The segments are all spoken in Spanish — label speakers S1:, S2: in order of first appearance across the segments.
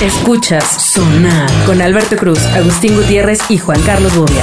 S1: Escuchas Sonar con Alberto Cruz, Agustín Gutiérrez y Juan Carlos Bobia.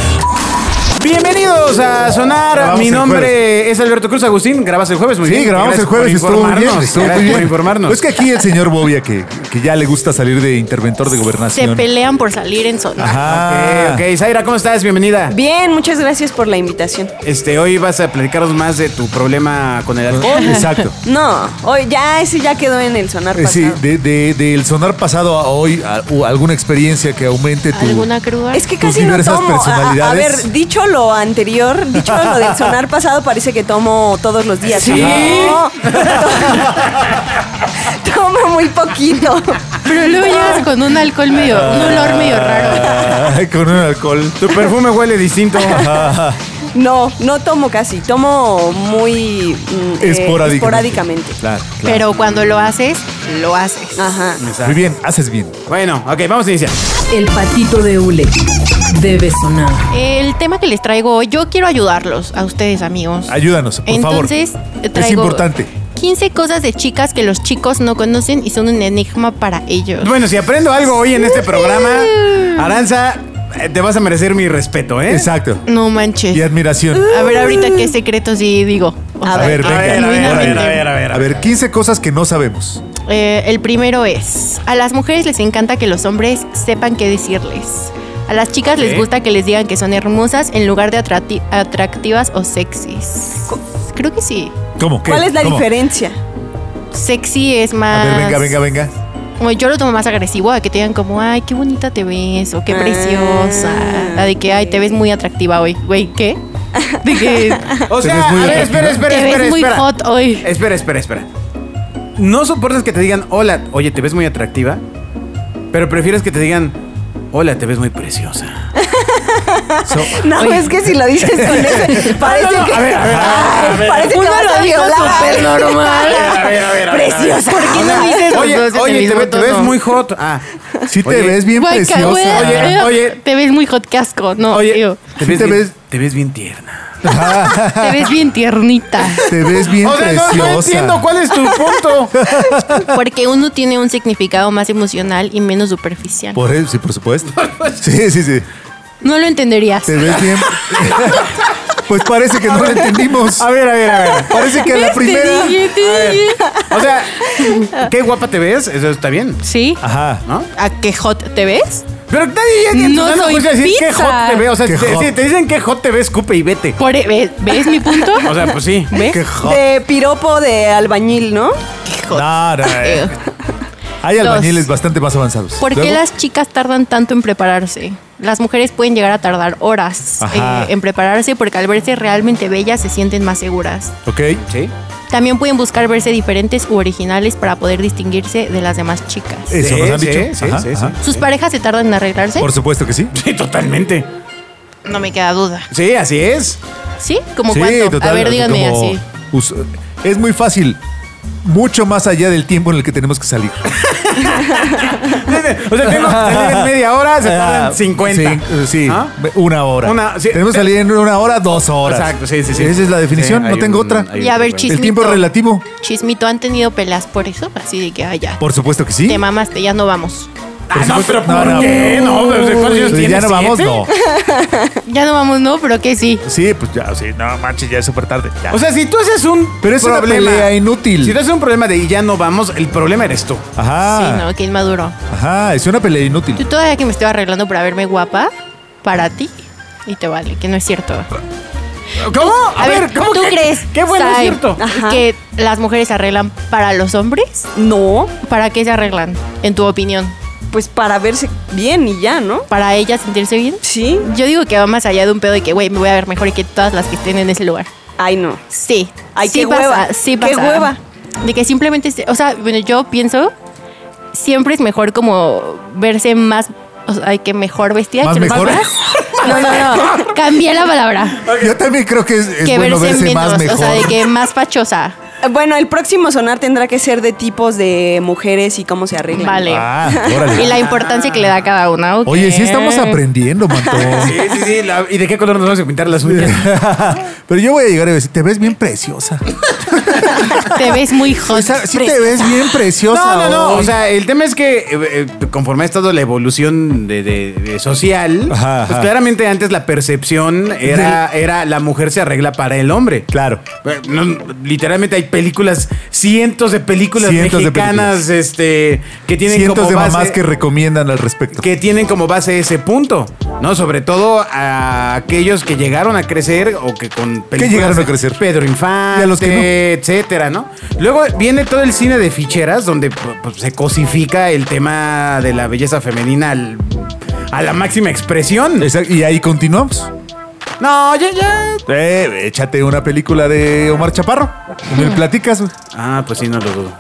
S2: Bienvenidos a Sonar.
S3: Grabamos
S2: Mi
S3: el
S2: nombre es Alberto Cruz Agustín. Grabas el jueves, muy bien.
S3: Sí, grabamos
S2: Gracias
S3: el jueves,
S2: por
S3: estuvo muy bien.
S2: informarnos.
S3: estuvo muy
S2: Gracias por
S3: bien.
S2: informarnos.
S3: Es que aquí el señor Bobia, que, que ya le gusta salir de interventor de
S4: Se
S3: gobernación. Ah,
S4: pelean por salir en zona.
S3: Ajá.
S2: Ok, ok. Zaira, ¿cómo estás? Bienvenida.
S5: Bien, muchas gracias por la invitación.
S2: Este, hoy vas a platicarnos más de tu problema con el alcohol.
S3: Exacto.
S5: No, hoy ya ese ya quedó en el sonar
S3: Eh,
S5: pasado.
S3: Sí, de- de- del sonar pasado a hoy, a- o alguna experiencia que aumente tu.
S4: ¿Alguna cruda?
S5: Es que
S3: Tus
S5: casi no
S3: Pues diversas
S5: tomo. A, a
S3: personalidades.
S5: ver, dicho lo anterior, dicho lo del sonar pasado, parece que tomo todos los días.
S2: ¿Sí?
S5: No. tomo muy poquito.
S4: Pero luego llegas con un alcohol medio, un olor medio raro.
S3: Ay, Ah, con un alcohol.
S2: Tu perfume huele distinto.
S5: No, no tomo casi. Tomo muy mm, eh,
S3: Esporádicamente.
S5: esporádicamente.
S3: Claro, claro.
S4: Pero cuando lo haces, lo haces.
S5: Ajá.
S3: Muy bien, haces bien.
S2: Bueno, ok, vamos a iniciar.
S1: El patito de hule debe sonar.
S4: El tema que les traigo hoy, yo quiero ayudarlos a ustedes, amigos.
S3: Ayúdanos, por
S4: Entonces,
S3: favor. es
S4: traigo
S3: importante.
S4: 15 cosas de chicas que los chicos no conocen y son un enigma para ellos.
S2: Bueno, si aprendo algo hoy en este programa, Aranza, eh, te vas a merecer mi respeto, ¿eh?
S3: Exacto.
S4: No manches.
S3: Y admiración.
S4: A ver ahorita qué secretos y digo. O
S3: A
S4: sea,
S3: ver,
S2: A
S3: venga.
S2: ver, a ver, a ver,
S4: genuinamente.
S2: a ver, a ver.
S3: A ver, 15 cosas que no sabemos.
S4: Eh, el primero es, a las mujeres les encanta que los hombres sepan qué decirles. A las chicas
S2: Ok.
S4: les gusta que les digan que son hermosas en lugar de atracti- atractivas o sexys. Creo que sí.
S3: ¿Cómo? ¿Qué?
S5: ¿Cuál es la
S3: ¿Cómo?
S5: diferencia?
S4: Sexy es
S3: A
S4: más...
S3: ver, venga, venga, venga.
S4: Bueno, yo lo tomo más agresivo, a que te digan como, ay, qué bonita te ves, o qué
S5: Ah,
S4: preciosa. A de que, ay, te ves muy atractiva hoy. Güey, ¿qué? De que
S2: O
S3: Te
S2: sea,
S3: ves muy
S2: a ver, espera,
S3: atractiva.
S2: espera,
S4: te
S2: espera,
S4: ves muy
S2: espera.
S4: hot hoy.
S2: Espera, espera, espera. No soportas que te digan, hola, oye, te ves muy atractiva, pero prefieres que te digan, hola, te ves muy preciosa.
S3: So-
S5: No,
S4: Oye.
S5: es que si lo dices con ese, parece que. Ay, Parece que
S4: Uno
S5: vas
S4: lo
S5: a
S4: dijo
S5: violar.
S4: súper normal.
S2: A ver, a ver, a ver,
S5: Preciosa. ¿Por qué
S4: no dices los
S2: oye,
S4: dos en el
S2: oye, te,
S4: mismo
S2: ve- te ves
S4: tono?
S2: muy hot. Ah,
S3: Sí te
S2: Oye,
S3: ves bien
S4: Guay, qué
S3: preciosa.
S4: güey.
S2: Oye, oye.
S4: Te ves muy hot casco, no,
S2: oye,
S4: digo,
S2: te,
S3: Sí
S2: ves
S3: te
S2: bien,
S3: ves-
S2: te ves bien tierna.
S4: te ves bien tiernita.
S3: Te ves bien
S2: o sea, no-
S3: preciosa.
S2: no, entiendo cuál es tu punto.
S4: Porque uno tiene un significado más emocional y menos superficial.
S3: Por eso, sí, por supuesto. Sí, sí, sí.
S4: No lo entenderías.
S3: Te ves bien. Pues parece que no lo entendimos.
S2: A ver, a ver, a ver.
S3: Parece que a la
S4: Te
S3: primera.
S4: dije, te dije.
S2: O sea, qué guapa te ves, eso está bien,
S4: ¿Sí?
S3: Ajá.
S2: ¿no?
S4: ¿A qué hot te ves?
S2: Pero nadie ya ni en tu
S4: No
S2: sano
S4: soy
S2: juicio decir qué
S4: pizza.
S2: hot te ve. O sea,
S3: Qué
S2: te,
S3: hot.
S2: si te dicen qué hot te ve, escupe y vete.
S4: Por- ¿ves, ves mi punto?
S2: O sea, pues sí.
S4: ¿Ves?
S3: Qué
S4: Qué
S3: hot.
S5: De piropo de albañil, ¿no?
S4: hot.
S3: No, no, eh.
S4: Eh,
S3: Hay
S4: Dos.
S3: albañiles bastante más avanzados.
S4: ¿Por qué
S3: Luego,
S4: las chicas tardan tanto en prepararse? Las mujeres pueden llegar a tardar horas
S3: Ajá.
S4: eh, en prepararse porque al verse realmente bellas se sienten más seguras.
S3: Ok.
S2: Sí.
S4: También pueden buscar verse diferentes u originales para poder distinguirse de las demás chicas.
S3: Eso
S2: Sí,
S3: nos han
S2: sí,
S3: dicho.
S2: sí,
S3: Ajá,
S2: sí,
S3: ajá.
S4: ¿Sus parejas se tardan en arreglarse?
S3: Eh, Por supuesto que sí.
S2: Sí, totalmente.
S4: No me queda duda.
S2: Sí, así es.
S4: ¿Sí? ¿Como
S3: sí,
S4: cuánto?
S3: total,
S4: a ver,
S3: así
S4: díganme
S3: como
S4: así.
S3: us- Es muy fácil. Mucho más allá del tiempo en el que tenemos que salir.
S2: O sea, tengo que salir en media hora, se
S3: Ah,
S2: tardan 50.
S3: Sí, eh, sí,
S2: ¿Ah?
S3: una hora.
S2: Una- sí,
S3: tenemos que
S2: te-
S3: salir en una hora, dos horas.
S2: Exacto, sí, sí, sí.
S3: Esa es la definición,
S2: Sí,
S3: no
S2: hay
S3: tengo
S2: un-
S3: otra.
S2: hay un-
S4: Y a ver,
S2: bueno.
S4: chismito.
S3: El tiempo es relativo.
S4: Chismito, ¿han tenido peleas por eso? Así de que, ay, ya.
S3: Por supuesto que sí.
S4: Te mamaste, ya no vamos.
S2: Ah, no,
S3: supuesto-
S2: pero ¿por qué? No, pero ¿de cuántos años
S3: Pues ya
S2: tienes?
S3: no vamos,
S2: ¿Siete?
S3: no.
S4: Ya no vamos, no, pero que sí.
S3: Sí, pues ya, sí, no manches, ya es súper tarde. ya.
S2: O sea, si tú haces un
S3: Pero es una
S2: problema-
S3: pelea inútil.
S2: Si tú haces un problema de y ya no vamos, el problema eres tú. Ah.
S3: ajá,
S4: Sí, no, que inmaduro.
S3: ajá, es una pelea inútil.
S4: Tú todavía que me estoy arreglando para verme guapa, para ti, y te vale, que no es cierto.
S2: ¿Cómo? A, ver, ¿cómo
S4: ¿tú
S2: que-
S4: crees?
S2: Qué bueno es
S4: Sai,
S2: cierto.
S5: Ajá.
S4: Que las mujeres se arreglan para los hombres.
S5: No,
S4: ¿Para qué se arreglan? En tu opinión.
S5: pues para verse bien y ya, ¿no?
S4: ¿Para ellas sentirse bien?
S5: Sí.
S4: Yo digo que va más allá de un pedo de que, güey, me voy a ver mejor que todas las que estén en ese lugar.
S5: Ay, no.
S4: Sí.
S5: Ay,
S4: sí
S5: qué
S4: pasa,
S5: hueva,
S4: Sí pasa.
S5: qué hueva.
S4: De que simplemente, se- o sea, bueno, yo pienso, siempre es mejor como verse más, o sea, hay que mejor vestida.
S3: ¿Más
S4: que los
S3: mejor?
S4: demás. No, no, no. Cambié la palabra.
S3: Yo también creo que es, es
S4: que
S3: bueno
S4: verse,
S3: verse
S4: menos,
S3: más mejor.
S4: o sea, de que más fachosa.
S5: Eh, Bueno, el próximo sonar tendrá que ser de tipos de mujeres y cómo se arreglan.
S4: Vale.
S3: Ah, órale.
S4: Y la importancia que le da cada una. ok.
S3: Oye, sí estamos aprendiendo,
S2: Sí,
S3: Mantón.
S2: sí, sí. la- ¿Y de qué color nos vamos a pintar las uñas?
S3: Pero yo voy a llegar y voy a decir, te ves bien preciosa.
S4: Te ves muy hot.
S3: O sea, sí te ves bien preciosa.
S2: No, no, no.
S3: hoy.
S2: O sea, el tema es que eh, eh, conforme ha estado la evolución de, de- de social,
S3: Ajá,
S2: pues
S3: ajá.
S2: claramente antes la percepción era, era la mujer se arregla para el hombre.
S3: Claro.
S2: Eh, no, literalmente hay películas, cientos de películas
S3: Cientos de
S2: mexicanas, este, que tienen
S3: Cientos
S2: como
S3: de
S2: base-
S3: mamás que recomiendan al respecto.
S2: que tienen como base ese punto, ¿no? Sobre todo a aquellos que llegaron a crecer o que con películas
S3: llegaron a
S2: de
S3: crecer?
S2: Pedro Infante,
S3: Y a los que no.
S2: etcétera, ¿no? Luego viene todo el cine de ficheras donde pues, se cosifica el tema de la belleza femenina al- a la máxima expresión.
S3: Exacto, Y ahí continuamos.
S2: No, ya, ya.
S3: Eh, échate una película de Omar Chaparro. Y me platicas. güey.
S2: Ah, pues sí, no lo dudo.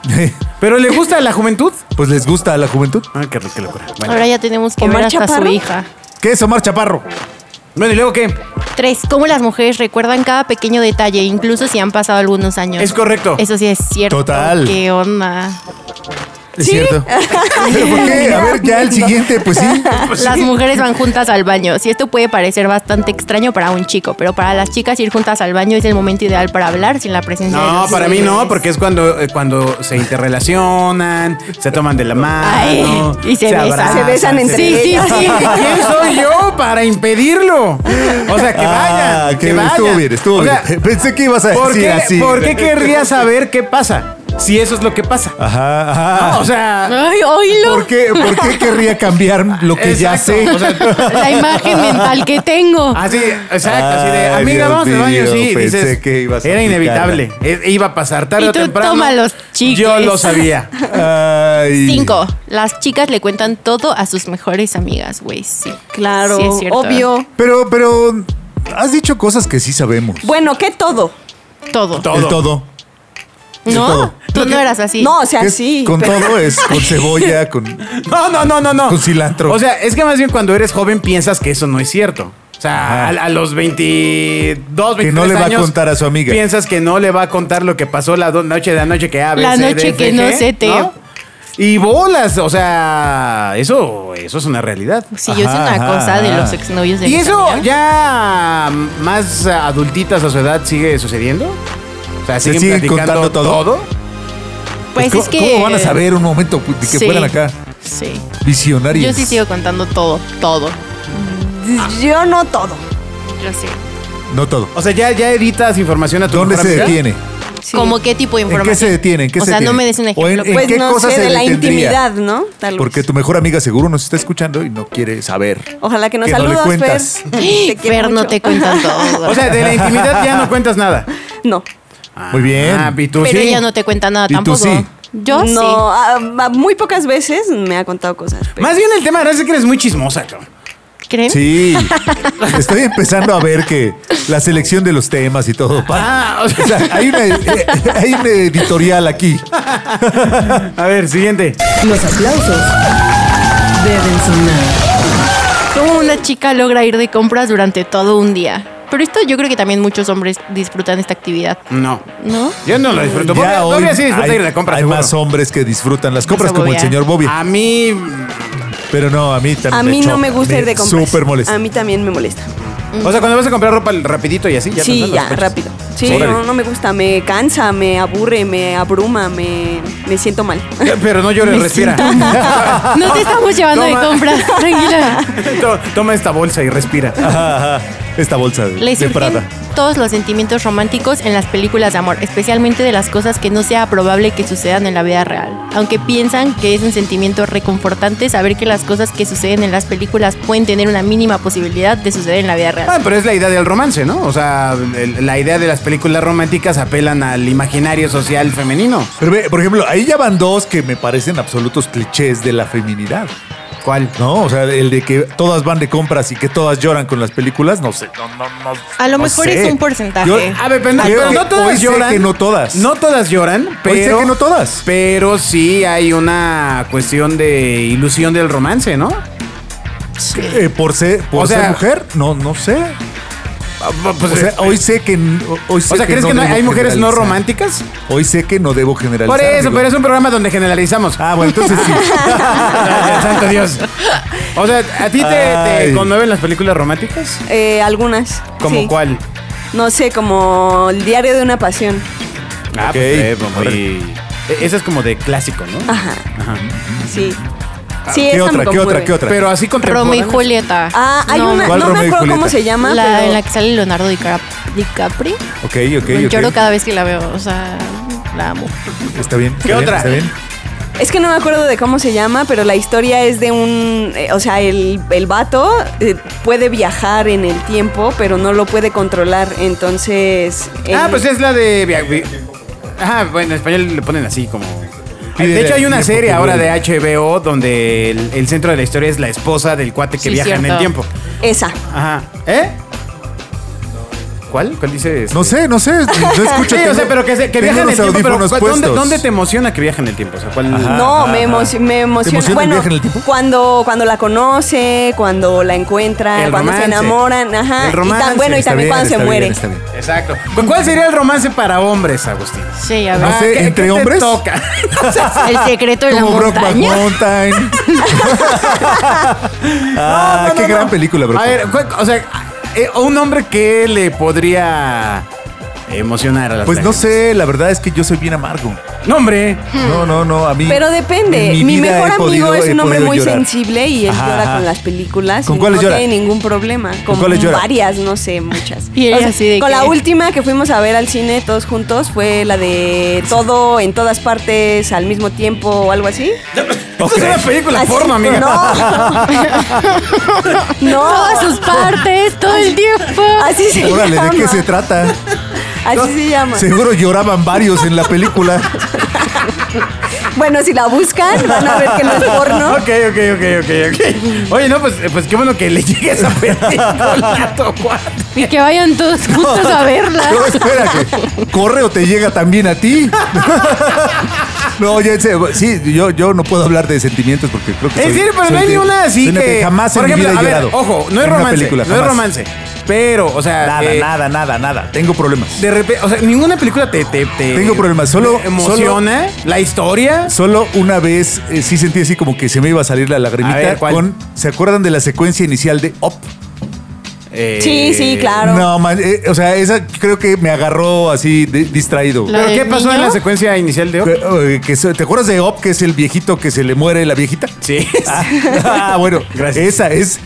S2: Pero le gusta a la juventud.
S3: Pues les gusta a la juventud.
S2: Ah, qué, qué locura. Bueno.
S4: Ahora ya tenemos que
S5: ¿Omar
S4: ver hasta
S5: Chaparro?
S4: su hija.
S3: ¿Qué es Omar Chaparro?
S2: Bueno, ¿y luego qué?
S4: Tres, cómo las mujeres recuerdan cada pequeño detalle, incluso si han pasado algunos años.
S2: Es correcto.
S4: Eso sí es cierto.
S3: Total.
S4: ¿Qué onda?
S3: Es cierto. ¿Pero por qué? A ver, ya el siguiente, pues sí.
S4: Las mujeres van juntas al baño. Si esto puede parecer bastante extraño para un chico, pero para las chicas ir juntas al baño es el momento ideal para hablar sin la presencia de
S2: No,
S4: los
S2: para mí no,
S4: hombres.
S2: porque es cuando, eh, cuando se interrelacionan, se toman de la mano,
S4: Ay, y se besan.
S5: Se besan entre
S4: Sí, sí,
S5: ellas.
S4: sí.
S2: ¿Quién soy yo para impedirlo? O sea, que
S3: Ah,
S2: vayan,
S3: que
S2: que vayan.
S3: Estuvo bien, estuvo
S2: O
S3: bien.
S2: sea,
S3: Pensé que ibas a
S2: ¿por,
S3: decir
S2: qué,
S3: así.
S2: por qué querría saber qué pasa? Si eso es lo que pasa.
S3: Ajá, ajá.
S2: O sea,
S4: Ay, oílo.
S3: ¿Por qué, por qué querría cambiar lo que ya
S2: exacto,
S3: sé?
S2: o sea,
S4: La imagen mental que tengo.
S2: así, exacto, así de,
S3: Ay,
S2: amiga,
S3: Dios
S2: vamos al baño,
S3: mío,
S2: sí,
S3: pensé
S2: dices,
S3: que ibas a
S2: era
S3: aplicarla.
S2: inevitable, e- iba a pasar tarde
S4: Y
S2: o
S4: tú
S2: temprano.
S4: toma los
S2: Yo
S4: chiques.
S2: lo sabía.
S3: Ay.
S4: Cinco, las chicas le cuentan todo a sus mejores amigas, güey. Sí.
S5: Claro,
S4: Sí, es cierto.
S5: obvio.
S2: ¿eh?
S3: Pero, pero has dicho cosas que sí sabemos.
S5: Bueno, ¿qué todo?
S4: Todo.
S2: To- Todo.
S3: El todo. el
S4: ¿No?
S3: todo.
S4: Tú no eras así.
S5: No, o sea,
S3: Es-
S5: sí.
S3: Con
S5: pero-
S3: todo es con cebolla, con.
S2: No, no, no, no, no.
S3: Con cilantro.
S2: O sea, es que más bien cuando eres joven piensas que eso no es cierto. O sea, a,
S3: Ajá.
S2: a los 22, 23
S3: Que no le va a
S2: años,
S3: contar a su amiga.
S2: Piensas que no le va a contar lo que pasó la do- noche de anoche que A, B,
S4: La
S2: C, D,
S4: noche
S2: F,
S4: que no
S2: G,
S4: se te-
S2: ¿no? Y bolas, o sea, eso, eso es una realidad.
S4: Sí, yo es
S3: Ajá,
S4: una
S3: ajá,
S4: cosa de
S3: ajá.
S4: los exnovios de
S2: Y
S4: mis
S2: eso
S4: amigas.
S2: ya mm, más adultitas a su edad sigue sucediendo. O sea,
S3: ¿Se
S2: siguen,
S3: siguen
S2: platicando
S3: contando todo?
S2: todo?
S4: Pues
S3: ¿cómo,
S4: es que.
S3: ¿Cómo van a saber un momento pu- que
S4: Sí,
S3: fueran acá?
S4: Sí.
S3: Visionarios.
S4: Yo sí sigo contando todo, todo.
S5: Yo no todo.
S4: Yo sí.
S3: No todo.
S2: O sea, ya, ya editas información a tu
S3: ¿Dónde
S2: mejor
S3: se
S2: amiga?
S3: detiene?
S5: Sí.
S4: ¿Cómo qué tipo de
S3: ¿En qué se
S4: información?
S3: detiene? ¿En qué
S4: O
S3: se
S4: sea, no
S3: detiene?
S4: me des un
S3: ¿O
S4: ejemplo,
S3: en, en
S5: Pues
S3: qué
S5: no
S3: cosa
S5: sé,
S3: se
S5: de la
S3: detendría?
S5: intimidad, ¿no? Tal vez.
S3: Porque tu mejor amiga seguro nos está escuchando y no quiere saber.
S5: Ojalá que nos
S3: que no le
S5: saludas, Fer.
S3: cuentas.
S5: Te quiero
S4: Fer, no
S5: mucho.
S4: te cuentan todo.
S2: O sea, de la intimidad ya no cuentas nada.
S5: No.
S3: Muy bien.
S2: Ah, y tú
S4: pero
S2: sí.
S4: ella no te cuenta nada
S3: pues ¿Y tú
S4: tampoco.
S3: sí?
S4: Yo
S5: no,
S4: sí.
S5: a- a- muy pocas veces me ha contado cosas. pero-
S2: Más bien el tema de es que eres muy chismosa, cabrón.
S4: ¿Creen?
S3: Sí. Estoy empezando a ver que la selección de los temas y todo. pa-
S2: Ah, o sea,
S3: O sea, hay una, eh, hay una editorial aquí.
S2: a ver, siguiente.
S1: Los aplausos deben sonar.
S4: ¿Cómo una chica logra ir de compras durante todo un día? Pero esto yo creo que también muchos hombres disfrutan esta actividad,
S2: No.
S4: ¿no?
S2: Yo no lo disfruto. Bobia,
S3: hoy
S2: Bobia sí disfruta
S3: hay,
S2: ir de compras.
S3: hay
S2: seguro.
S3: más hombres que disfrutan las compras,
S4: Eso,
S3: como el
S4: Bobia.
S3: señor Bobby.
S2: A mí.
S3: Pero no, a mí también.
S5: a
S3: me
S5: mí
S3: choca,
S5: no me gusta
S3: me
S5: ir de compras.
S3: Súper molesta.
S5: A mí también me molesta.
S2: O sea, cuando vas a comprar ropa rapidito y así, ya
S5: sí,
S2: pensando,
S5: ya,
S2: escuchas.
S5: rápido. Sí,
S2: Órale.
S5: no, no me gusta. Me cansa, me aburre, me abruma, me, me siento mal.
S2: Pero no llores, respira.
S4: No te estamos llevando
S2: Toma.
S4: de compras, tranquila.
S2: To- Toma esta bolsa y respira.
S3: Ajá, ajá. Esta bolsa de,
S4: Le
S3: de
S4: surgen
S3: Prada.
S4: todos los sentimientos románticos en las películas de amor, especialmente de las cosas que no sea probable que sucedan en la vida real. Aunque piensan que es un sentimiento reconfortante saber que las cosas que suceden en las películas pueden tener una mínima posibilidad de suceder en la vida real.
S2: Ah, pero es la idea del romance, ¿no? O sea, el- la idea de las películas románticas apelan al imaginario social femenino.
S3: Pero ve, por ejemplo, ahí ya van dos que me parecen absolutos clichés de la feminidad.
S2: ¿Cuál?
S3: No, o sea, el de que todas van de compras y que todas lloran con las películas, no sé. No, no, no.
S4: A lo
S3: no
S4: mejor
S3: sé.
S4: es un porcentaje.
S3: Yo- ah,
S2: A ver, pero, no-
S3: Creo
S2: pero
S3: que
S2: no todas
S3: hoy sé
S2: lloran.
S3: que no todas.
S2: No todas lloran, pero.
S3: Hoy sé que no todas.
S2: Pero sí hay una cuestión de ilusión del romance, ¿no?
S3: Eh, por ser, por
S2: O sea-
S3: ser mujer, no, no sé.
S2: Pues,
S3: O sea, hoy sé Ah, eh, que. n- Hoy sé
S2: o sea, ¿crees que no hay
S3: debo
S2: hay mujeres no
S3: generalizar.
S2: románticas?
S3: Hoy sé que no debo generalizar.
S2: Por eso,
S3: amigo.
S2: pero es un programa donde generalizamos.
S3: Ah, bueno, entonces sí.
S2: Ay, Santo Dios. O sea, ¿a ti te, te
S3: Ay.
S2: conmueven las películas románticas?
S5: Eh, algunas.
S2: ¿Como
S5: sí.
S2: cuál?
S5: No sé, como el diario de una pasión.
S2: Ah,
S3: Ok,
S2: pues, eh, muy-
S3: correcto.
S2: e- Esa es como de clásico, ¿no?
S5: Ajá. Sí. Sí,
S3: Ah, ¿Qué
S5: esa
S3: otra?
S5: me
S3: ¿Qué otra?
S5: conmueve.
S3: ¿Qué otra?
S2: Pero así
S4: Romeo y
S2: contemporánea.
S4: Julieta.
S5: Ah, hay
S4: No,
S5: una,
S4: no.
S3: ¿Cuál
S5: no me
S3: Romeo y
S5: acuerdo cómo
S3: Julieta?
S5: se llama,
S4: La
S5: pero
S4: en la que sale Leonardo DiCap- DiCapri.
S3: Ok, ok, ok.
S4: Lloro cada vez que la veo, o sea, la amo.
S3: Está bien.
S2: ¿Qué
S3: está bien,
S2: otra?
S3: Está bien.
S5: es que no me acuerdo de cómo se llama, pero la historia es de un, eh, o sea, el, el vato eh, puede viajar en el tiempo, pero no lo puede controlar, entonces...
S2: Ah,
S5: el-
S2: pues es la de. via- vi- Ajá, bueno, en español le ponen así como.
S3: Pide
S2: De hecho, hay una
S3: tiempo
S2: serie
S3: que
S2: ahora de
S3: vuelva.
S2: HBO donde el, el centro de la historia es la esposa del cuate que
S4: Sí,
S2: viaja en el
S4: cierto.
S2: tiempo.
S5: Esa.
S2: Ajá. ¿Eh? ¿Cuál? ¿Cuál dice? este?
S3: No sé, no sé. No escucho.
S2: Sí, o
S3: tengo-
S2: sea, pero que, se- que
S3: tengo
S2: viaja en el
S3: los
S2: tiempo, pero
S3: audífonos
S2: ¿cuál- ¿dónde,
S3: puestos.
S2: ¿dónde te emociona que viaja en el tiempo? O sea, ¿cuál?
S3: Ah,
S5: No, me, emoci- me emociona.
S3: emociona el
S5: Bueno,
S3: viaje en el tiempo?
S5: cuando cuando la conoce, cuando la encuentra,
S2: El
S5: cuando se
S2: romance.
S5: enamoran, ajá.
S2: El
S5: y
S2: romance,
S5: tan, bueno, y
S3: Está
S5: también
S3: bien,
S5: cuando se
S3: está bien,
S5: muere.
S3: está bien.
S2: Exacto. Pues, ¿Cuál sería el romance para hombres, Agustín?
S4: Sí, a
S3: No
S4: ver.
S3: sé,
S2: Ah, ¿qué-
S3: ¿entre
S2: qué te
S3: hombres?
S2: toca?
S4: El secreto de la
S3: Ah. Como Brockback
S4: montaña.
S3: Mountain. ah,
S2: No, no,
S3: qué
S2: no,
S3: gran
S2: no.
S3: película,
S2: A
S3: Brockback.
S2: ver, cu- o sea, eh, un hombre que le podría emocionar a las
S3: Pues no
S2: lágrimas.
S3: sé, la verdad es que yo soy bien amargo.
S2: No, hombre.
S3: No, no, no, a mí.
S5: Pero depende.
S3: en
S5: Mi,
S3: vida
S5: mejor
S3: he
S5: amigo
S3: podido-
S5: es
S3: he
S5: un hombre
S3: podido
S5: muy
S3: llorar.
S5: sensible y él
S3: Ajá,
S5: llora
S3: ajá.
S5: con las películas.
S3: ¿Con
S5: y
S3: cuáles
S5: no
S3: llora?
S5: tiene ningún problema.
S3: ¿Con
S5: Con,
S3: cuáles llora?
S5: varias, no sé, muchas.
S4: Y eres así de
S5: con
S4: que-
S5: la última que fuimos a ver al cine todos juntos fue la de todo en todas partes al mismo tiempo o algo así.
S2: Esto es una película
S5: Así-
S2: porno, amiga.
S5: No. no.
S4: Todas sus partes, todo el tiempo.
S5: Así se
S3: Órale,
S5: llama.
S3: ¿de qué se trata?
S5: Así se llama.
S3: Seguro lloraban varios en la película.
S5: Bueno, si la buscan, van a ver que no es porno.
S2: Ok, ok, ok, ok, ok. Oye, no, pues, eh, pues qué bueno que le llegue esa película. tu cuate.
S4: Y que vayan todos juntos a verla.
S3: No, espera, que corre o te llega también a ti. No, ya en serio, sí, yo, yo no puedo hablar de sentimientos porque creo que.
S2: En
S3: soy-
S2: serio, pero
S3: soy
S2: no hay
S3: de-
S2: ni una así
S3: soy una
S2: que...
S3: pe- Jamás
S2: Por
S3: en
S2: ejemplo,
S3: mi vida
S2: a
S3: he
S2: ver,
S3: llorado.
S2: ojo, no es
S3: en una
S2: romance,
S3: película,
S2: no es
S3: jamás.
S2: romance. Pero, o sea...
S3: Nada,
S2: eh,
S3: nada, nada, nada. Tengo problemas.
S2: De repente, o sea, ninguna película te... te, te-
S3: Tengo problemas, solo-
S2: te Emociona la historia.
S3: Solo una vez eh, sí sentí así como que se me iba a salir la lagrimita
S2: A ver, ¿cuál?
S3: con. ¿Se acuerdan de la secuencia inicial de Up?
S2: Eh,
S5: Sí, sí, claro.
S3: No, man, eh, o sea, esa creo que me agarró así de- distraído.
S4: La-
S2: ¿Pero
S4: del
S2: qué pasó en
S4: niño?
S2: la secuencia inicial de...
S3: Que- eh, que se- ¿Te acuerdas de Op, que es el viejito que se le muere la viejita?
S2: Sí.
S3: Ah, bueno,
S2: Gracias.
S3: Esa es.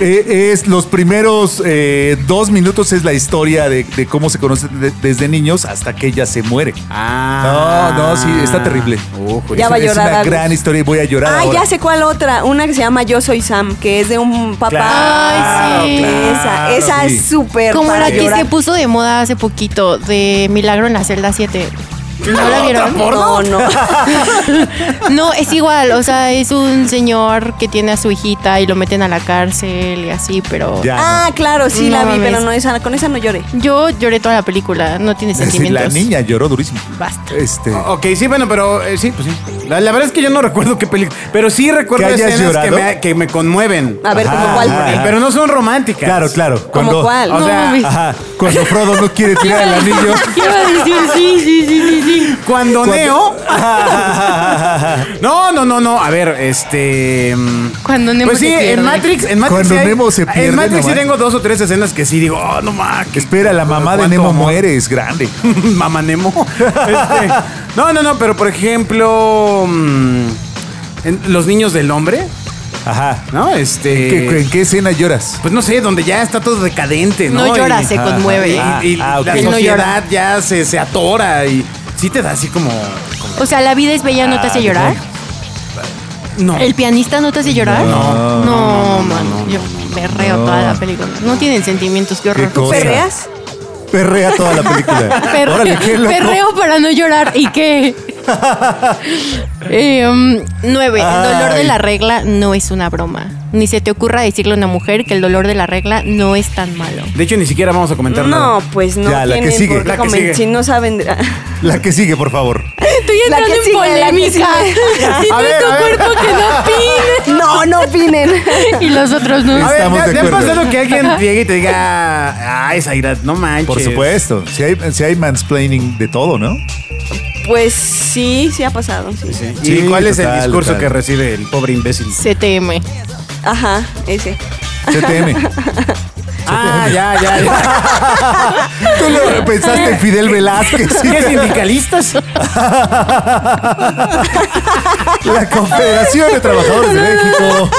S3: eh, es los primeros eh, dos minutos es la historia de, de cómo se conocen de- desde niños hasta que ella se muere.
S2: Ah.
S3: No, no, sí, está terrible.
S2: Ujú.
S5: Ya
S3: es,
S5: va a
S3: es
S5: llorar,
S3: una
S5: Agus.
S3: gran historia y voy a llorar.
S5: Ah,
S3: ahora.
S5: ya sé cuál otra. Una que se llama Yo Soy Sam, que es de un papá.
S4: Claro, Ay, sí.
S5: Esa,
S3: claro,
S5: esa
S3: sí.
S5: es súper.
S4: Como
S5: para
S4: la que
S5: llorar.
S4: se puso de moda hace poquito, de Milagro en la celda 7. ¿No la vieron?
S5: No, no.
S4: No, es igual, o sea, es un señor que tiene a su hijita y lo meten a la cárcel y así, pero...
S3: Ya,
S5: Ah, claro, sí la
S4: No
S5: vi,
S4: mames.
S5: pero no esa, con esa no lloré.
S4: Yo lloré toda la película, no tiene
S3: no. Es decir,
S4: sentimientos.
S3: la niña lloró durísimo.
S4: Basta.
S3: Este.
S2: Ok, sí, bueno, pero eh, sí, pues sí. La, la verdad es que yo no recuerdo qué película. Pero sí recuerdo
S3: ¿Que hayas
S2: escenas que
S3: llorado?
S2: me, que me conmueven.
S5: A ver,
S3: Ajá,
S5: ¿como cuál?
S3: ajá, ajá.
S2: Pero no son románticas.
S3: Claro, claro.
S5: ¿Como
S3: Cuando,
S5: cuál?
S2: O
S4: No,
S2: sea,
S4: mames.
S3: Ajá, cuando Frodo no quiere tirar el anillo.
S4: Iba a decir sí, sí, sí, sí, sí.
S2: Cuando Neo. no, no, no, no. A ver, este. mm,
S4: Cuando Nemo
S2: Pues sí,
S4: se pierde.
S2: en Matrix. En Matrix
S3: Cuando
S2: sí hay-
S3: Nemo se pierde,
S2: En Matrix
S3: no
S2: sí
S3: manches.
S2: tengo dos o tres escenas que sí digo, oh, no mames.
S3: Espera, la mamá de Nemo muere, es grande.
S2: Mamá Nemo. Este, no, no, no, pero por ejemplo. mm, en Los niños del hombre,
S3: Ajá.
S2: ¿no? Este.
S3: ¿Qué- ¿En qué escena lloras?
S2: Pues no sé, donde ya está todo decadente, ¿no?
S4: No llora, se
S2: Y-
S4: conmueve.
S3: Ah,
S2: Y, y
S3: ah, ok.
S2: la
S4: Él no
S2: sociedad ya se, se atora y sí te da así como.
S4: O sea, la vida es bella, ¿no te
S2: Ah,
S4: hace llorar?
S2: No.
S4: ¿El pianista no te hace llorar?
S3: No,
S4: No, mano, yo me reo toda la película. No tienen sentimientos, qué horror.
S3: Qué cosa.
S5: ¿Perreas?
S3: Perrea toda la película.
S4: Perre-
S3: Órale, qué loco.
S4: Perreo para no llorar y qué. Eh, um, nueve. El dolor de
S3: Ay.
S4: la regla no es una broma. Ni se te ocurra decirle a una mujer que el dolor de la regla no es tan malo.
S2: De hecho, ni siquiera vamos a comentar nada.
S5: No, pues no
S3: Ya, la que
S5: tienen
S3: sigue,
S5: por qué
S2: la que
S5: comer-
S2: sigue.
S5: Si no saben. de-
S3: La que sigue, por favor.
S4: Estoy
S5: La
S4: entrando
S5: que
S4: en
S5: sigue, la que
S4: polémica. Tiene
S2: A ver,
S4: tu
S2: a ver.
S4: cuerpo que no
S5: No, no opinen.
S4: pide. Y los otros no.
S3: A ver, Estamos
S2: ¿te,
S3: de
S2: te ha
S3: acuerdo.
S2: pasado que alguien llegue y te diga, ah, esa ira, no manches?
S3: Por supuesto. Si hay, si hay mansplaining de todo, ¿no?
S5: Pues sí, sí ha pasado. sí.
S2: Sí. ¿Y
S3: Sí,
S2: cuál es
S3: total,
S2: el discurso
S3: total.
S2: que recibe el pobre imbécil?
S4: CTM.
S5: Ajá, ese.
S3: CTM.
S2: Ah, ya, ya, ya.
S3: Tú lo pensaste en Fidel Velázquez.
S2: ¿Qué sindicalistas?
S3: La Confederación de Trabajadores de México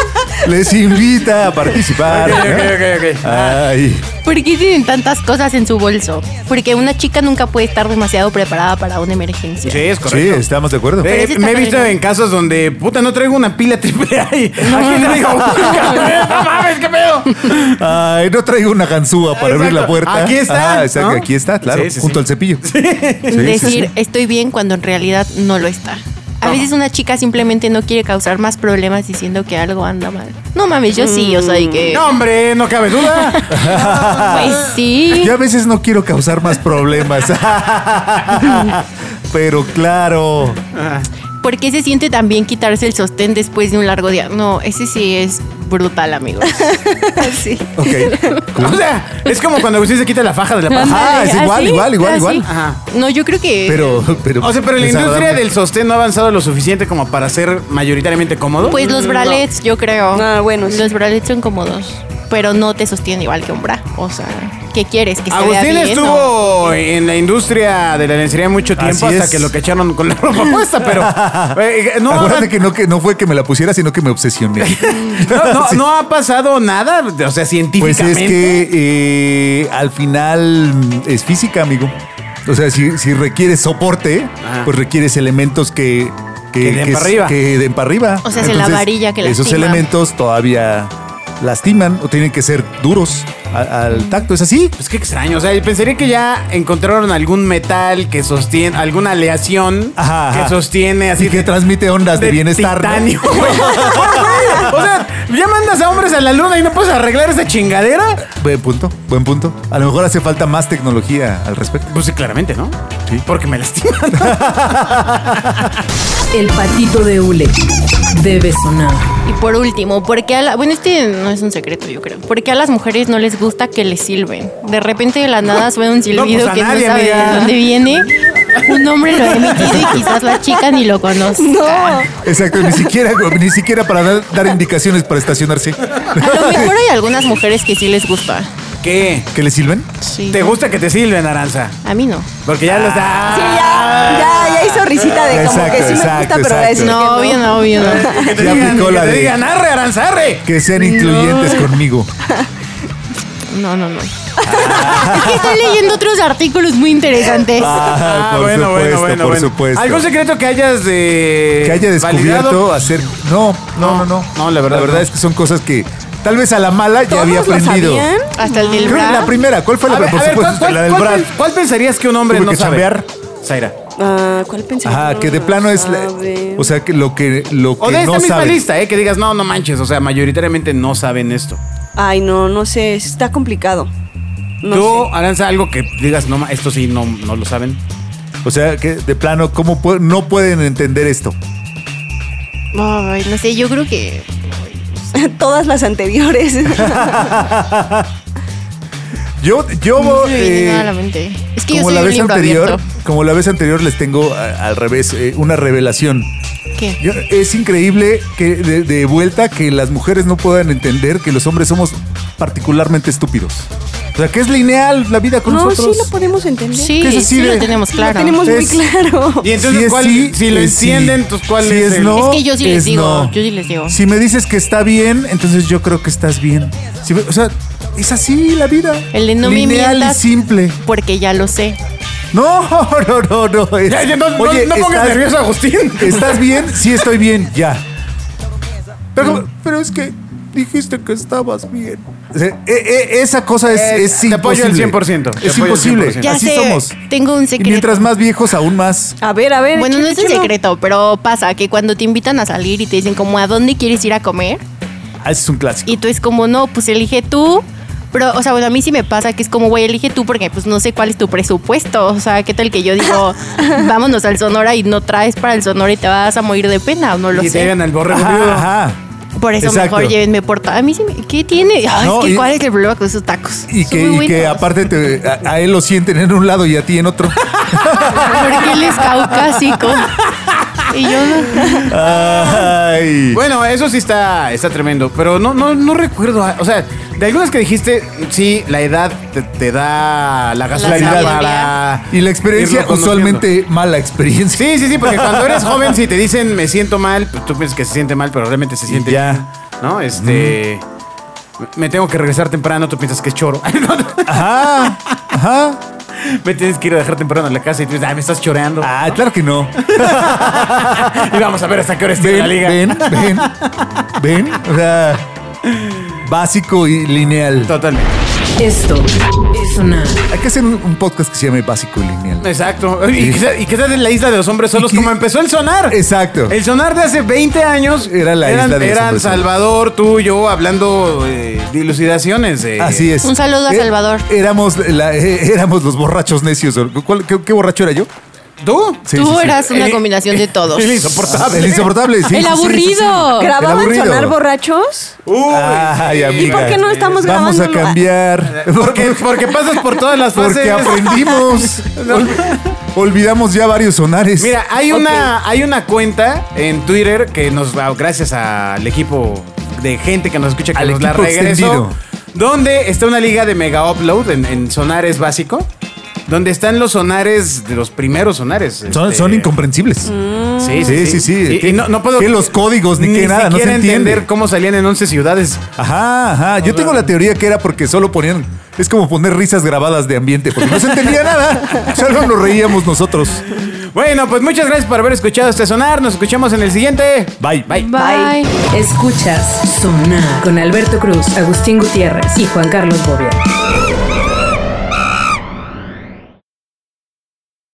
S3: les invita a participar.
S2: Ok, ok, ok, ok.
S3: Ay,
S4: ¿Por qué tienen tantas cosas en su bolso? Porque una chica nunca puede estar demasiado preparada para una emergencia.
S2: Sí, es
S3: sí,
S2: correcto.
S3: estamos de acuerdo.
S2: Eh,
S4: ese está
S2: me he visto
S4: padre.
S2: en casos donde, puta, no traigo una pila triple A. y Aquí traigo una, cabrón. No mames, qué pedo.
S3: Ay, no traigo una ganzúa para abrir
S2: Exacto.
S3: la puerta.
S2: Aquí está,
S3: Ah, exacto,
S2: ¿no?
S3: aquí está, claro,
S2: Sí, sí, sí.
S3: junto al cepillo. Sí,
S4: Decir
S3: sí, sí.
S4: estoy bien cuando en realidad no lo está. A veces una chica simplemente no quiere causar más problemas diciendo que algo anda mal. No mames, yo sí, o sea, de que...
S3: Mm.
S2: No, hombre, no cabe duda.
S4: Pues sí.
S3: Yo a veces no quiero causar más problemas. Pero claro.
S4: ¿Por qué se siente tan bien quitarse el sostén después de un largo día? No, ese sí es brutal, amigos.
S5: Sí.
S3: Ok.
S2: O sea, es como cuando usted se quita la faja de la paja.
S3: Ah, es igual,
S4: ¿Así?
S3: igual, igual,
S4: ¿Así?
S3: igual.
S2: Ajá.
S4: No, yo creo que...
S3: Pero, pero.
S2: O sea, pero la
S3: es
S2: industria
S3: agradable.
S2: del sostén no ha avanzado lo suficiente como para ser mayoritariamente cómodo.
S4: Pues
S3: Mm,
S4: los bralets, yo creo.
S5: Ah, bueno, sí.
S4: Los bralets son cómodos, pero no te sostiene igual que un bra. O sea, ¿qué quieres? Que se vea
S2: Agustín
S4: bien, ¿no?
S2: estuvo en la industria de la lencería mucho tiempo
S3: Así
S2: hasta
S3: es.
S2: que lo cacharon con la ropa puesta, pero eh, no,
S3: Acuérdate que no, que no fue que me la pusiera, sino que me obsesioné.
S2: no, no- no ha pasado nada, o sea,
S3: Pues
S2: científicamente.
S3: es que eh, al final mm, es física, amigo. O sea, si, si requieres soporte,
S2: Ajá.
S3: pues requieres elementos que,
S2: Que den para
S3: s-
S2: arriba.
S3: que den para arriba.
S4: O sea, es la varilla que
S3: Esos
S4: lastima.
S3: elementos todavía lastiman o tienen que ser duros a- al tacto. ¿Es así?
S2: Pues qué extraño, o sea, pensaría que ya encontraron algún metal que sostiene, alguna aleación
S3: Ajá, ajá.
S2: que sostiene así
S3: Así que transmite ondas de, bienestar. ¿no?
S2: titanio, güey. o sea, ya mandas a hombres a la luna y no puedes arreglar esa chingadera.
S3: Buen punto, buen punto. A lo mejor hace falta más tecnología al respecto.
S2: Pues sí, claramente, ¿no?
S3: Sí.
S2: Porque me lastiman.
S1: El patito de hule debe sonar.
S4: Y por último, porque a la... Bueno, este no es un secreto, yo creo. Porque a las mujeres no les gusta que les silben. De repente de la nada suena un silbido
S2: pues a
S4: que
S2: nadie,
S4: no sabe
S2: amiga.
S4: de dónde viene. Un hombre lo ha emitido y quizás la chica ni lo conoce.
S3: Ah,
S5: No.
S3: Exacto, ni siquiera, ni siquiera para dar, dar indicaciones para estacionarse.
S4: A lo mejor hay algunas mujeres que sí les gusta.
S2: ¿Qué?
S3: ¿Qué le sirven?
S4: Sí.
S2: ¿Te gusta que te silben, Aranza?
S4: A mí no.
S2: Porque ya lo
S3: Ah,
S2: está.
S5: Sí, ya, ya, ya hizo risita de como
S3: Exacto,
S5: que sí me
S3: exacto,
S5: gusta, pero
S3: exacto.
S5: ahora decir
S4: No,
S5: que
S4: obvio, no, obvio, no.
S2: Que te
S3: Ya
S2: digan,
S3: aplicó
S2: que
S3: la
S2: te
S3: de-
S2: digan, arre, Aranza, arre.
S3: Que sean incluyentes conmigo.
S4: No, no, no. es que estoy leyendo otros artículos muy interesantes.
S3: Ah, por supuesto, por supuesto.
S2: ¿Algún secreto que hayas de.
S3: que haya descubierto
S2: Eh, validado?
S3: hacer. No, no, no, no.
S2: No, la verdad
S3: La verdad
S2: no.
S3: es que son cosas que tal vez a la mala ya
S5: ¿Todos
S3: había
S5: lo
S3: aprendido.
S5: sabían?
S4: Hasta el del
S3: Creo que
S4: bra.
S3: la primera. ¿Cuál fue la
S2: A ver,
S3: primera? Por
S2: a ver,
S3: supuesto,
S2: ¿cuál,
S3: la del
S2: cuál-
S3: Brad.
S2: cuál pensarías que un hombre
S3: Tuve
S2: no
S3: que
S2: sabe?
S3: chambear.
S2: Zaira.
S5: Ah, ¿Cuál pensé?
S3: Ajá, que de plano es. la- o sea, que lo que, lo
S2: O
S3: que
S2: de esta
S3: no
S2: misma
S3: saben.
S2: lista, ¿eh? Que digas, no, no manches. O sea, mayoritariamente no saben esto.
S5: Ay, no, no sé, está complicado. No
S2: Tú,
S5: sé.
S2: Aranza, algo que digas, no, ma- esto sí no, no lo saben.
S3: O sea, que de plano, ¿cómo pu- no pueden entender esto?
S4: Ay, no sé, yo creo que.
S5: Todas las anteriores.
S3: Yo, yo.
S4: No se me viene
S3: eh,
S4: nada a la mente. Es que yo
S3: como
S4: soy
S3: la
S4: un
S3: vez
S4: libro
S3: anterior,
S4: abierto.
S3: como la vez anterior les tengo a- al revés eh, una revelación.
S4: ¿Qué?
S3: Yo- es increíble que de, de vuelta que las mujeres no puedan entender que los hombres somos particularmente estúpidos. O sea, que es lineal la vida con
S5: no, sí
S3: nosotros.
S5: lo podemos entender.
S4: Sí,
S3: ¿Qué es
S4: sí,
S3: así de-
S4: lo tenemos
S5: Lo
S4: claro.
S5: tenemos muy
S3: Es-
S5: claro.
S2: Y entonces,
S3: Si es
S2: ¿cuál-
S3: sí,
S2: si lo
S3: es sí.
S2: entienden, pues cuál
S3: Si
S2: es, el-
S3: no,
S4: Es que yo sí les
S3: es
S4: digo,
S3: no.
S4: yo sí les digo.
S3: Si me dices que está bien, entonces yo creo que estás bien. Si me- o sea, es así la vida.
S4: El de no me
S3: lineal y
S4: mientas.
S3: simple.
S4: Porque ya lo sé.
S3: No, no, no, no. es-
S2: Ya, ya, no, no-
S3: Oye,
S2: no pongas
S3: estás-
S2: nervioso, a Agustín.
S3: ¿Estás bien? Sí, estoy bien, ya. Pero, pero es que dijiste que estabas bien. O sea, e- e- esa cosa es,
S2: Eh,
S3: es
S2: te apoyo al
S3: imposible.
S2: 100%, te
S3: Es
S2: apoyo al
S3: imposible.
S2: 100%.
S4: Ya
S3: Así
S4: sé.
S3: somos.
S4: Tengo un
S3: Y
S4: secreto.
S3: mientras más viejos, aún más.
S5: A ver, a ver.
S4: Bueno, no es un
S5: échale, échale.
S4: secreto, pero pasa que cuando te invitan a salir y te dicen como a dónde quieres ir a comer,
S3: Ah, ese es un clásico.
S4: y tú es como, no, pues elige tú. Pero, o sea, bueno, a mí sí me pasa que es como, güey, elige tú porque pues no sé cuál es tu presupuesto. O sea, ¿qué tal que yo digo, vámonos al Sonora y no traes para el Sonora y te vas a morir de pena? O no lo
S2: y te
S4: sé.
S2: llegan al borrego viudo.
S3: Ajá, ajá.
S4: Por eso
S3: Exacto.
S4: mejor llévenme por... ta- A mí sí me... ¿Qué tiene? Ay,
S3: No,
S4: es que
S3: y-
S4: cuál es el problema con esos tacos.
S3: Y
S4: Son
S3: que,
S4: muy
S3: y que
S4: buenos.
S3: aparte te- a, a él lo sienten en un lado y a ti en otro.
S4: ¿Por qué él es caucásico? Y yo no.
S3: Ay.
S2: Bueno, eso sí está, está tremendo, pero no, no, no recuerdo. ah, O sea, de algunas que dijiste, sí, la edad te, te da la gasolina
S4: sabiduría.
S2: para.
S3: y la experiencia,
S2: irlo conociendo.
S3: usualmente mala experiencia.
S2: Sí, sí, sí, porque cuando eres joven, si te dicen me siento mal, pues tú piensas que se siente mal, pero realmente se siente.
S3: ya.
S2: bien, ¿No? Este. Me tengo que regresar temprano, tú piensas que es choro.
S3: Ajá, ajá.
S2: me tienes que ir a dejar temprano a la casa y tú dices, ah, me estás choreando.
S3: Ah, claro que no.
S2: Y vamos a ver hasta qué hora estoy en la
S3: Ven,
S2: liga.
S3: ven, ven, ven. O sea, básico y lineal.
S2: Totalmente.
S1: Esto es sonar.
S3: Hay que hacer un un podcast que se llame básico y lineal.
S2: Exacto. Y
S3: Sí.
S2: quizás en la isla de los hombres solos,
S3: Y que-
S2: como empezó el sonar.
S3: Exacto.
S2: El sonar de hace 20 años
S3: Era la
S2: eran,
S3: isla de los
S2: eran
S3: hombres solos.
S2: Salvador, tú, yo, hablando eh, dilucidaciones. eh.
S3: Así es.
S4: Un saludo a
S3: Eh,
S4: Salvador.
S3: éramos, la- eh, éramos los borrachos necios. ¿Cuál- qué, qué borracho era yo?
S2: ¿Tú?
S3: Sí,
S4: Tú
S3: sí, sí.
S4: eras una
S2: El-
S4: combinación de todos.
S2: El insoportable.
S3: El insoportable. sí, sí, sí, sí,
S4: El
S3: sí.
S4: aburrido.
S3: Gra-
S5: ¿Grababan
S3: aburrido.
S5: sonar borrachos?
S2: Uy,
S3: Ay,
S2: sí.
S3: amiga.
S5: por qué no estamos
S3: Vamos a
S5: grabándolo?
S3: cambiar.
S2: Porque, porque pasas por todas las fases.
S3: Porque aprendimos. Ol- olvidamos ya varios sonares.
S2: Mira, hay una, hay una cuenta en Twitter que nos, ah, gracias al equipo de gente que nos escucha, que
S3: Al
S2: nos la
S3: equipo
S2: regresó,
S3: extendido.
S2: donde está una liga de mega upload en, en sonares básico, donde están los sonares de los primeros sonares.
S3: son,
S2: este,
S3: son incomprensibles.
S2: Sí,
S3: Sí, sí, sí.
S2: Y- Y, no, no puedo.
S3: Que los códigos, ni que nada, no se
S2: siquiera
S3: entiende.
S2: entender cómo salían en 11 ciudades.
S3: Ajá, ajá. Yo tengo la teoría que era porque solo ponían. Es como poner risas grabadas de ambiente, porque no se entendía nada. Solo nos reíamos nosotros.
S2: Bueno, pues muchas gracias por haber escuchado este sonar. Nos escuchamos en el siguiente.
S3: Bye.
S2: Bye.
S4: Bye.
S1: Escuchas Sonar con Alberto Cruz, Agustín Gutiérrez y Juan Carlos Bobia.